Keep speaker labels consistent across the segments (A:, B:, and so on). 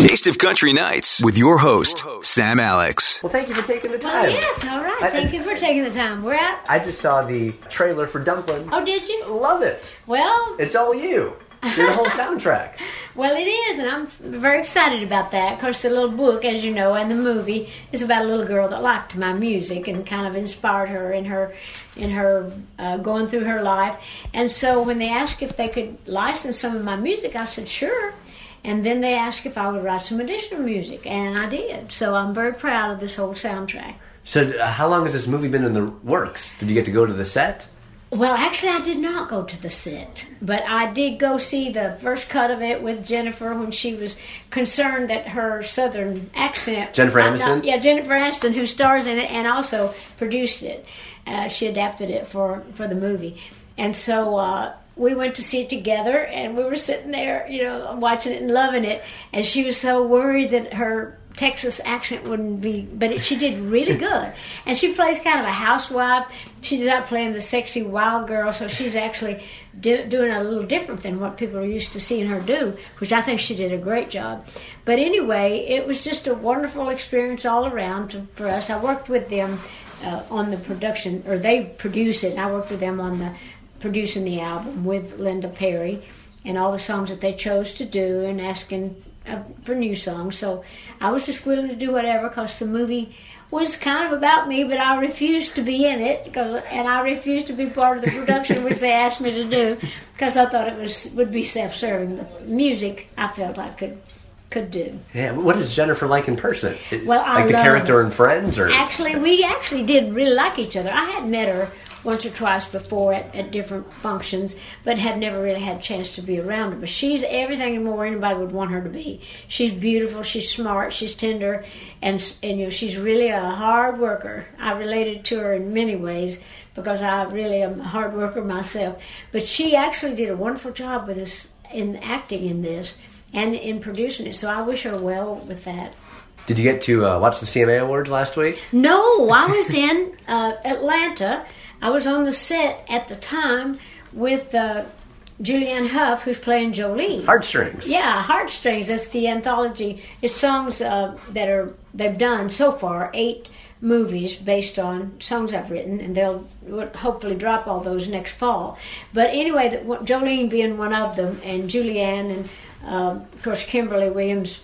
A: Taste of Country Nights with your host, Sam Alex.
B: Well, thank you for taking the time.
C: Well, Oh, yes, all right.
B: I-
C: Thank you for taking the time. We're at.
B: I just saw the trailer for Dumpling.
C: Oh, did you?
B: Love it.
C: Well,
B: It's all you. You're the whole soundtrack.
C: well, it is, and I'm very excited about that. Of course, the little book, as you know, and the movie is about a little girl that liked my music and kind of inspired her in her in her uh, going through her life. And so, when they asked if they could license some of my music, I said sure. And then they asked if I would write some additional music, and I did. So I'm very proud of this whole soundtrack.
B: So, uh, how long has this movie been in the works? Did you get to go to the set?
C: Well, actually, I did not go to the set, but I did go see the first cut of it with Jennifer when she was concerned that her southern accent.
B: Jennifer
C: I'm not-
B: Aniston?
C: yeah, Jennifer Aniston, who stars in it and also produced it. Uh, she adapted it for, for the movie. And so uh, we went to see it together, and we were sitting there, you know, watching it and loving it. And she was so worried that her Texas accent wouldn't be, but it, she did really good. And she plays kind of a housewife. She's not playing the sexy wild girl, so she's actually do, doing a little different than what people are used to seeing her do, which I think she did a great job. But anyway, it was just a wonderful experience all around to, for us. I worked with them uh, on the production, or they produce it, and I worked with them on the producing the album with Linda Perry and all the songs that they chose to do and asking uh, for new songs. So I was just willing to do whatever because the movie was kind of about me, but I refused to be in it 'cause- and I refused to be part of the production, which they asked me to do because I thought it was would be self-serving. But music, I felt I could could do.
B: Yeah. What is Jennifer like in person? It-
C: Well, uh, I
B: like the
C: love-
B: character in Friends, or
C: Actually, we actually did really like each other. I had met her once or twice before at, at different functions, but had never really had a chance to be around her. But she's everything and more anybody would want her to be. She's beautiful. She's smart. She's tender, and s- and you know she's really a hard worker. I related to her in many ways because I really am a hard worker myself. But she actually did a wonderful job with this in acting in this and in producing it. So I wish her well with that.
B: did you get to uh, watch the CMA Awards last week?
C: No, I was in uh, Atlanta. I was on the set at the time with uh, Julianne Hough, who's playing Jolene.
B: Heartstrings.
C: Yeah, Heartstrings. That's the anthology. It's songs uh, that are they've done so far eight movies based on songs I've written, and they'll will hopefully drop all those next fall. But anyway, that one- Jolene being one of them, and Julianne and. Um, of course, Kimberly Williams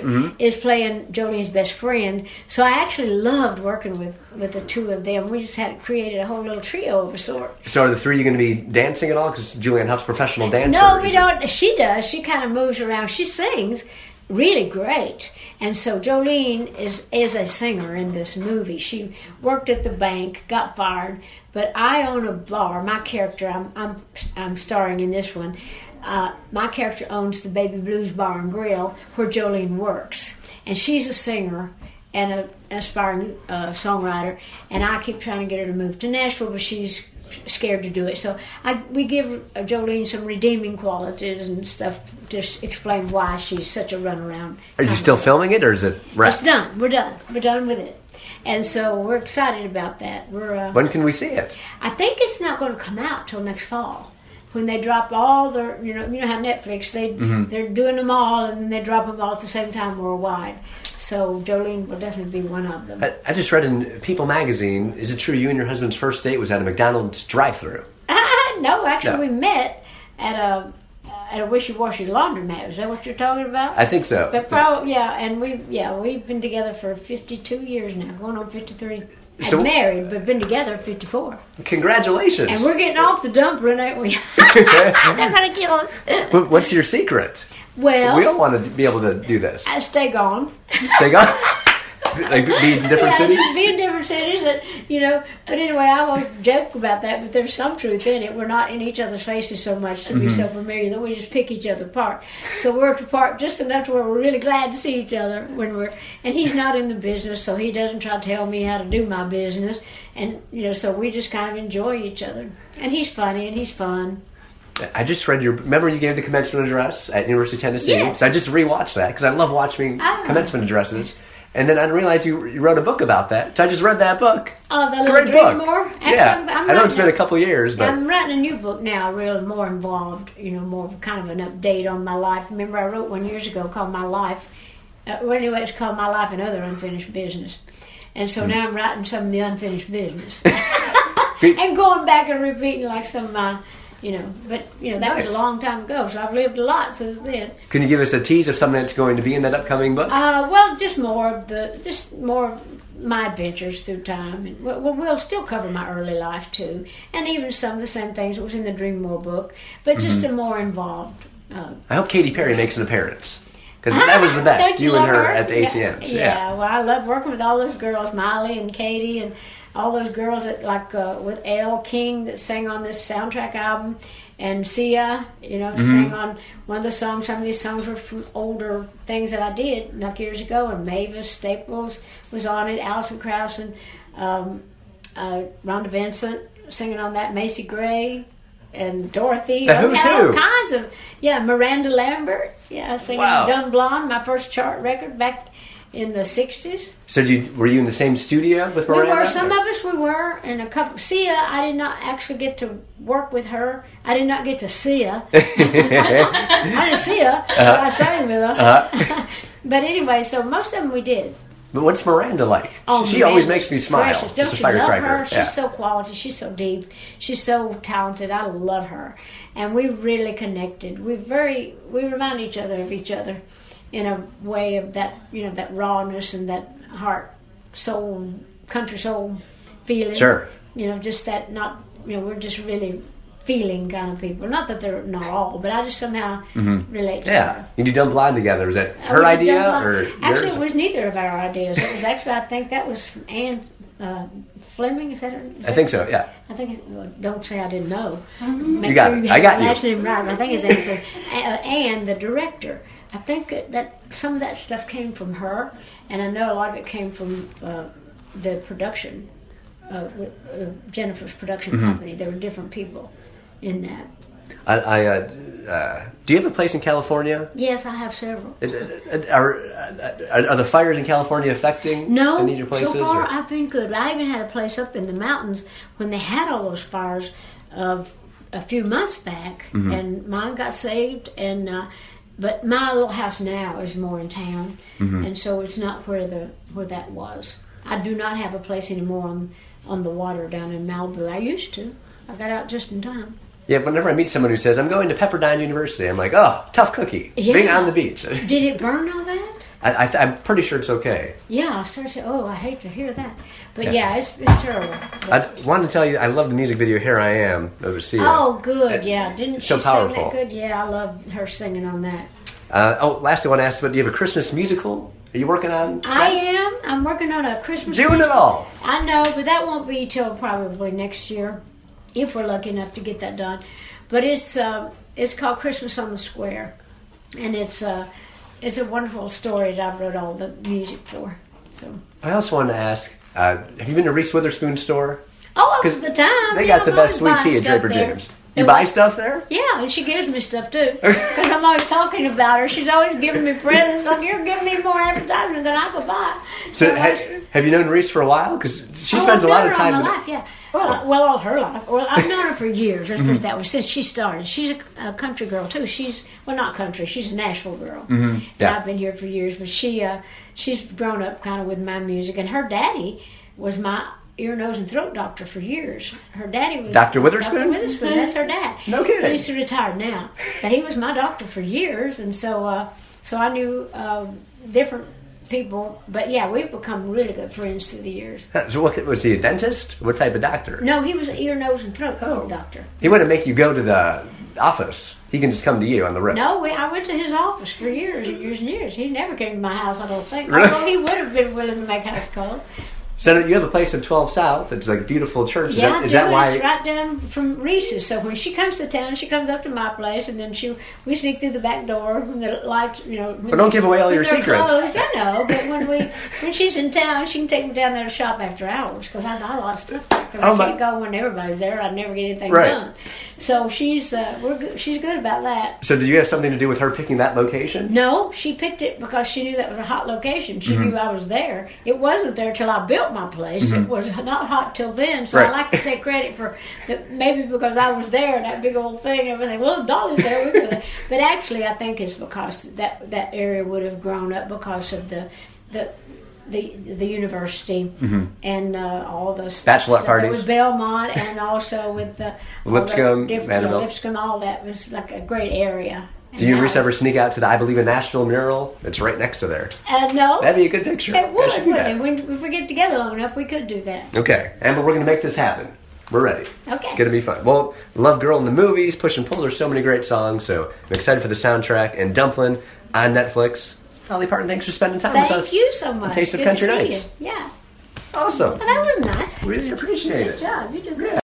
B: Paisley, mhm.
C: is playing Jolene's best friend. So I actually loved working with, with the two of them. We just had created a whole little trio of a sort.
B: So, are the three of you going to be dancing at all? Because Julianne Huff's a professional dancer.
C: No, we
B: Is it-
C: don't. She does. She kind of moves around. She sings really great. And so Jolene is is a singer in this movie. She worked at the bank, got fired, but I own a bar. My character, I'm I'm I'm starring in this one. Uh, my character owns the Baby Blues Bar and Grill where Jolene works, and she's a singer and a, an aspiring uh, songwriter. And I keep trying to get her to move to Nashville, but she's scared to do it. So I, we give uh, Jolene some redeeming qualities and stuff to s- explain why she's such a runaround.
B: Are you still filming it, or is it
C: It's
B: wrapped?
C: done. We're done. We're done with it. And so we're excited about that. We're. Uh,
B: When can we see it?
C: I think it's not going to come out till next fall. When they drop all their, you know, you know how Netflix they
B: Mm-hmm.
C: they're doing them all and then they drop them all at the same time worldwide. So Jolene will definitely be one of them.
B: I, I just read in People magazine. Is it true you and your husband's first date was at a McDonald's drive-through?
C: no, actually,
B: No.
C: we met at a at a wishy-washy laundromat. Is that what you're talking about?
B: I think so.
C: But probably, yeah, and we, yeah, we've been together for 52 years now, going on 53. And
B: So-
C: married, but been together 54.
B: Congratulations.
C: And we're getting off the dumpling, aren't we? They're gonna kill us.
B: What- What's your secret?
C: Well,
B: We don't want to be able to do this.
C: I stay gone.
B: They got like be in different
C: yeah,
B: cities.
C: Be in different cities, and, you know. But anyway, I always joke about that. But there's some truth in it. We're not in each other's faces so much
B: Mm-hmm.
C: to be so familiar that we just pick each other apart. So we're apart just enough to where we're really glad to see each other when we're. And he's not in the business, so he doesn't try to tell me how to do my business. And you know, so we just kind of enjoy each other. And he's funny, and he's fun.
B: I just read your. Remember you gave the commencement address at University of Tennessee.
C: Yes.
B: So I just rewatched that because I love watching
C: Ah.
B: commencement addresses. And then I didn't realize you, you wrote a book about that. So I just read that book.
C: Oh, the
B: Great
C: little
B: book.
C: dream more. Actually,
B: yeah,
C: I'm- I'm
B: I know
C: writing
B: it's been
C: a-
B: a couple years, but
C: I'm writing a new book now, really more involved, you know, more of kind of an update on my life. Remember, I wrote one years ago called My Life. Uh, well, anyway, it's called My Life and Other Unfinished Business. And
B: Hmm.
C: so now I'm writing some of the unfinished business and going back and repeating like some of my, you know, but, you know, that was
B: Nice.
C: a long time ago, so I've lived a lot since then.
B: can you give us a tease of something that's going to be in that upcoming book?
C: Uh, well, just more of the, just more of my adventures through time, and well, well, we'll still cover my early life too, and even some of the same things that was in the Dream More book, but just a more involved. Uh,
B: I hope Katy Perry makes an appearance because that was the best.
C: Don't
B: you and
C: love
B: her, at the ACMs.
C: Yeah. well, I love working with all those girls, Miley and Katie, and all those girls that like uh, with L King that sang on this soundtrack album, and Sia,
B: Mm-hmm.
C: you know, sang on one of the songs. Some of these songs were from older things that I did like years ago, and Mavis Staples was on it, Alison Krauss and um, uh, Rhonda Vincent singing on that, Macy Gray. And Dorothy,
B: The who's
C: We had all
B: who.
C: kinds of yeah, Miranda Lambert, yeah, singing
B: Wow.
C: Dumb Blonde, my first chart record back in the '60s.
B: So did you, were you in the same studio with
C: We
B: Miranda?
C: were some of us. We were, and a couple. Sia, I did not actually get to work with her. I did not get to see her. I didn't see her. But I sang with her.
B: Uh-huh.
C: but anyway, so most of them we did.
B: But what's Miranda like?
C: Oh,
B: she
C: man,
B: always makes me smile.
C: precious. Don't
B: She's a
C: you love
B: firecracker.
C: her? She's
B: Yeah.
C: so quality. She's so deep. She's so talented. I love her, and we really connected. We very we remind each other of each other, in a way of that you know that rawness and that heart, soul, country soul feeling.
B: Sure.
C: You know, just that not you know we're just really feeling kind of people. Not that they're not all, but I just somehow relate to
B: Mm-hmm. yeah.
C: her.
B: You do Dumb Blind together. Was that her
C: We had
B: idea
C: done-
B: or
C: Oh, actually
B: yours?
C: it was neither of our ideas. It was actually I think that was Anne uh, Fleming. Is that her? is
B: I
C: that-
B: think so. Yeah.
C: I think. It's, well, don't say I didn't know. Make
B: You got
C: sure
B: it.
C: you
B: I
C: have
B: got
C: the
B: you.
C: Last name right. I think it's Anne Fleming. A- uh, Anne, the director. I think that some of that stuff came from her, and I know a lot of it came from uh, the production, uh, with, uh, Jennifer's production
B: Mm-hmm.
C: company. There were different people in that.
B: I, I uh, uh, do you have a place in California?
C: Yes, I have several.
B: Uh, uh, Are, uh, are, are the fires in California affecting
C: No,
B: any of your places?
C: so far
B: or-
C: I've been good. I even had a place up in the mountains when they had all those fires of a few months back,
B: Mm-hmm.
C: and mine got saved. And uh, but my little house now is more in town,
B: Mm-hmm.
C: and so it's not where the where that was. I do not have a place anymore on on the water down in Malibu. I used to. I got out just in time.
B: yeah, whenever I meet someone who says, I'm going to Pepperdine University, I'm like, oh, tough cookie.
C: Yeah.
B: Being on the beach. I,
C: Did it burn all that?
B: I, I'm pretty sure it's okay.
C: Yeah, I started saying, "Oh, I hate to hear that," but
B: Yeah.
C: yeah, it's, it's terrible. But-
B: I wanted to tell you, I love the music video "Here I Am" over Sia.
C: Oh, good.
B: Uh,
C: Yeah, didn't
B: so
C: she
B: powerful.
C: sing that good? Yeah, I love her singing on that.
B: Uh, oh, lastly, I want to ask, but do you have a Christmas musical? Are you working on?
C: I am. I'm working on a Christmas.
B: Doing it
C: musical.
B: all.
C: I know, but that won't be till probably next year, if we're lucky enough to get that done. But it's uh, it's called Christmas on the Square, and it's uh, it's a wonderful story that I wrote all the music for. So.
B: I also want to ask, uh, have you been to Reese Witherspoon's store?
C: Oh, all
B: 'Cause
C: the time.
B: They
C: yeah,
B: got the
C: I'm
B: best sweet
C: always
B: tea
C: buying
B: at
C: stuff
B: Draper
C: there.
B: James. You
C: And
B: buy
C: we-
B: stuff there?
C: Yeah, and she gives me stuff too. Because I'm always talking about her. She's always giving me presents. Like, you're giving me more advertisement than I could buy.
B: So
C: I'm
B: ha-
C: like,
B: have you known Reese for a while? Because she
C: oh,
B: spends
C: I've
B: a lot
C: known
B: of
C: her all
B: time.
C: my life, yeah. Well, uh, well, all her life. Well, I've known her for years. Let's
B: Mm-hmm.
C: put it that way. Since she started, she's a, a country girl too. She's well, not country. She's a Nashville girl.
B: Mm-hmm. yeah.
C: And I've been here for years, but she uh, she's grown up kind of with my music. And her daddy was my ear, nose, and throat doctor for years. Her daddy was
B: Dr. Witherspoon?
C: Dr. Witherspoon. That's her dad.
B: No kidding.
C: He's retired now, but he was my doctor for years, and so uh, so I knew uh, different people. But yeah, we've become really good friends through the years.
B: So what, was he a dentist? What type of doctor?
C: No, he was an ear, nose, and throat
B: Oh.
C: doctor.
B: He wouldn't make you go to the office. He can just come to you on the road.
C: No, we, I went to his office for years and years and years. He never came to my house, I don't think.
B: Really?
C: Although he would have been willing to make house calls.
B: So you have a place in 12 South. It's like a beautiful church. Is that,
C: yeah, I
B: is
C: do.
B: that why?
C: It's right down from Reese's. So when she comes to town, she comes up to my place, and then she we sneak through the back door when the lights, you know. But
B: don't give away all your secrets.
C: Closed, I know, but when we when she's in town, she can take me down there to shop after hours because I buy a lot of stuff. 'Cause
B: Oh,
C: I
B: my-
C: can't go when everybody's there. I never get anything
B: Right.
C: done. So she's uh, we're good, she's good about that.
B: So, did you have something to do with her picking that location?
C: No, she picked it because she knew that was a hot location. She
B: Mm-hmm.
C: knew I was there. It wasn't there till I built my place. It was not hot till then. So
B: Right.
C: I like to take credit for that. Maybe because I was there and that big old thing and everything. Well, Dolly's there. We were there. But actually, I think it's because that that area would have grown up because of the the. The, the university and uh, all those
B: Mm-hmm. Bachelorette parties.
C: with Belmont and also with the, all the
B: Lipscomb,
C: different-
B: Vanderbilt.
C: yeah, Lipscomb, all that was like a great area.
B: Do you
C: And
B: ever
C: now-
B: ever sneak out to the I Believe in Nashville mural? It's right next to there.
C: uh, no.
B: That'd be a good picture. I
C: It
B: should
C: would,
B: do
C: wouldn't
B: that.
C: it? When, if we get together long enough, we could do that.
B: Okay, Amber, we're going to make this happen. We're ready.
C: Okay.
B: It's going to be fun. Well, Love Girl in the movies, Push and Pull, there's so many great songs, so I'm excited for the soundtrack and Dumplin' on Netflix. Holly Parton, thanks for spending time with us.
C: Thank you so much.
B: Taste of
C: Good
B: Country
C: to see
B: Nights.
C: you. Yeah.
B: Awesome.
C: Well, that was nice.
B: Really appreciate it.
C: Good job. You did good.
B: Yeah.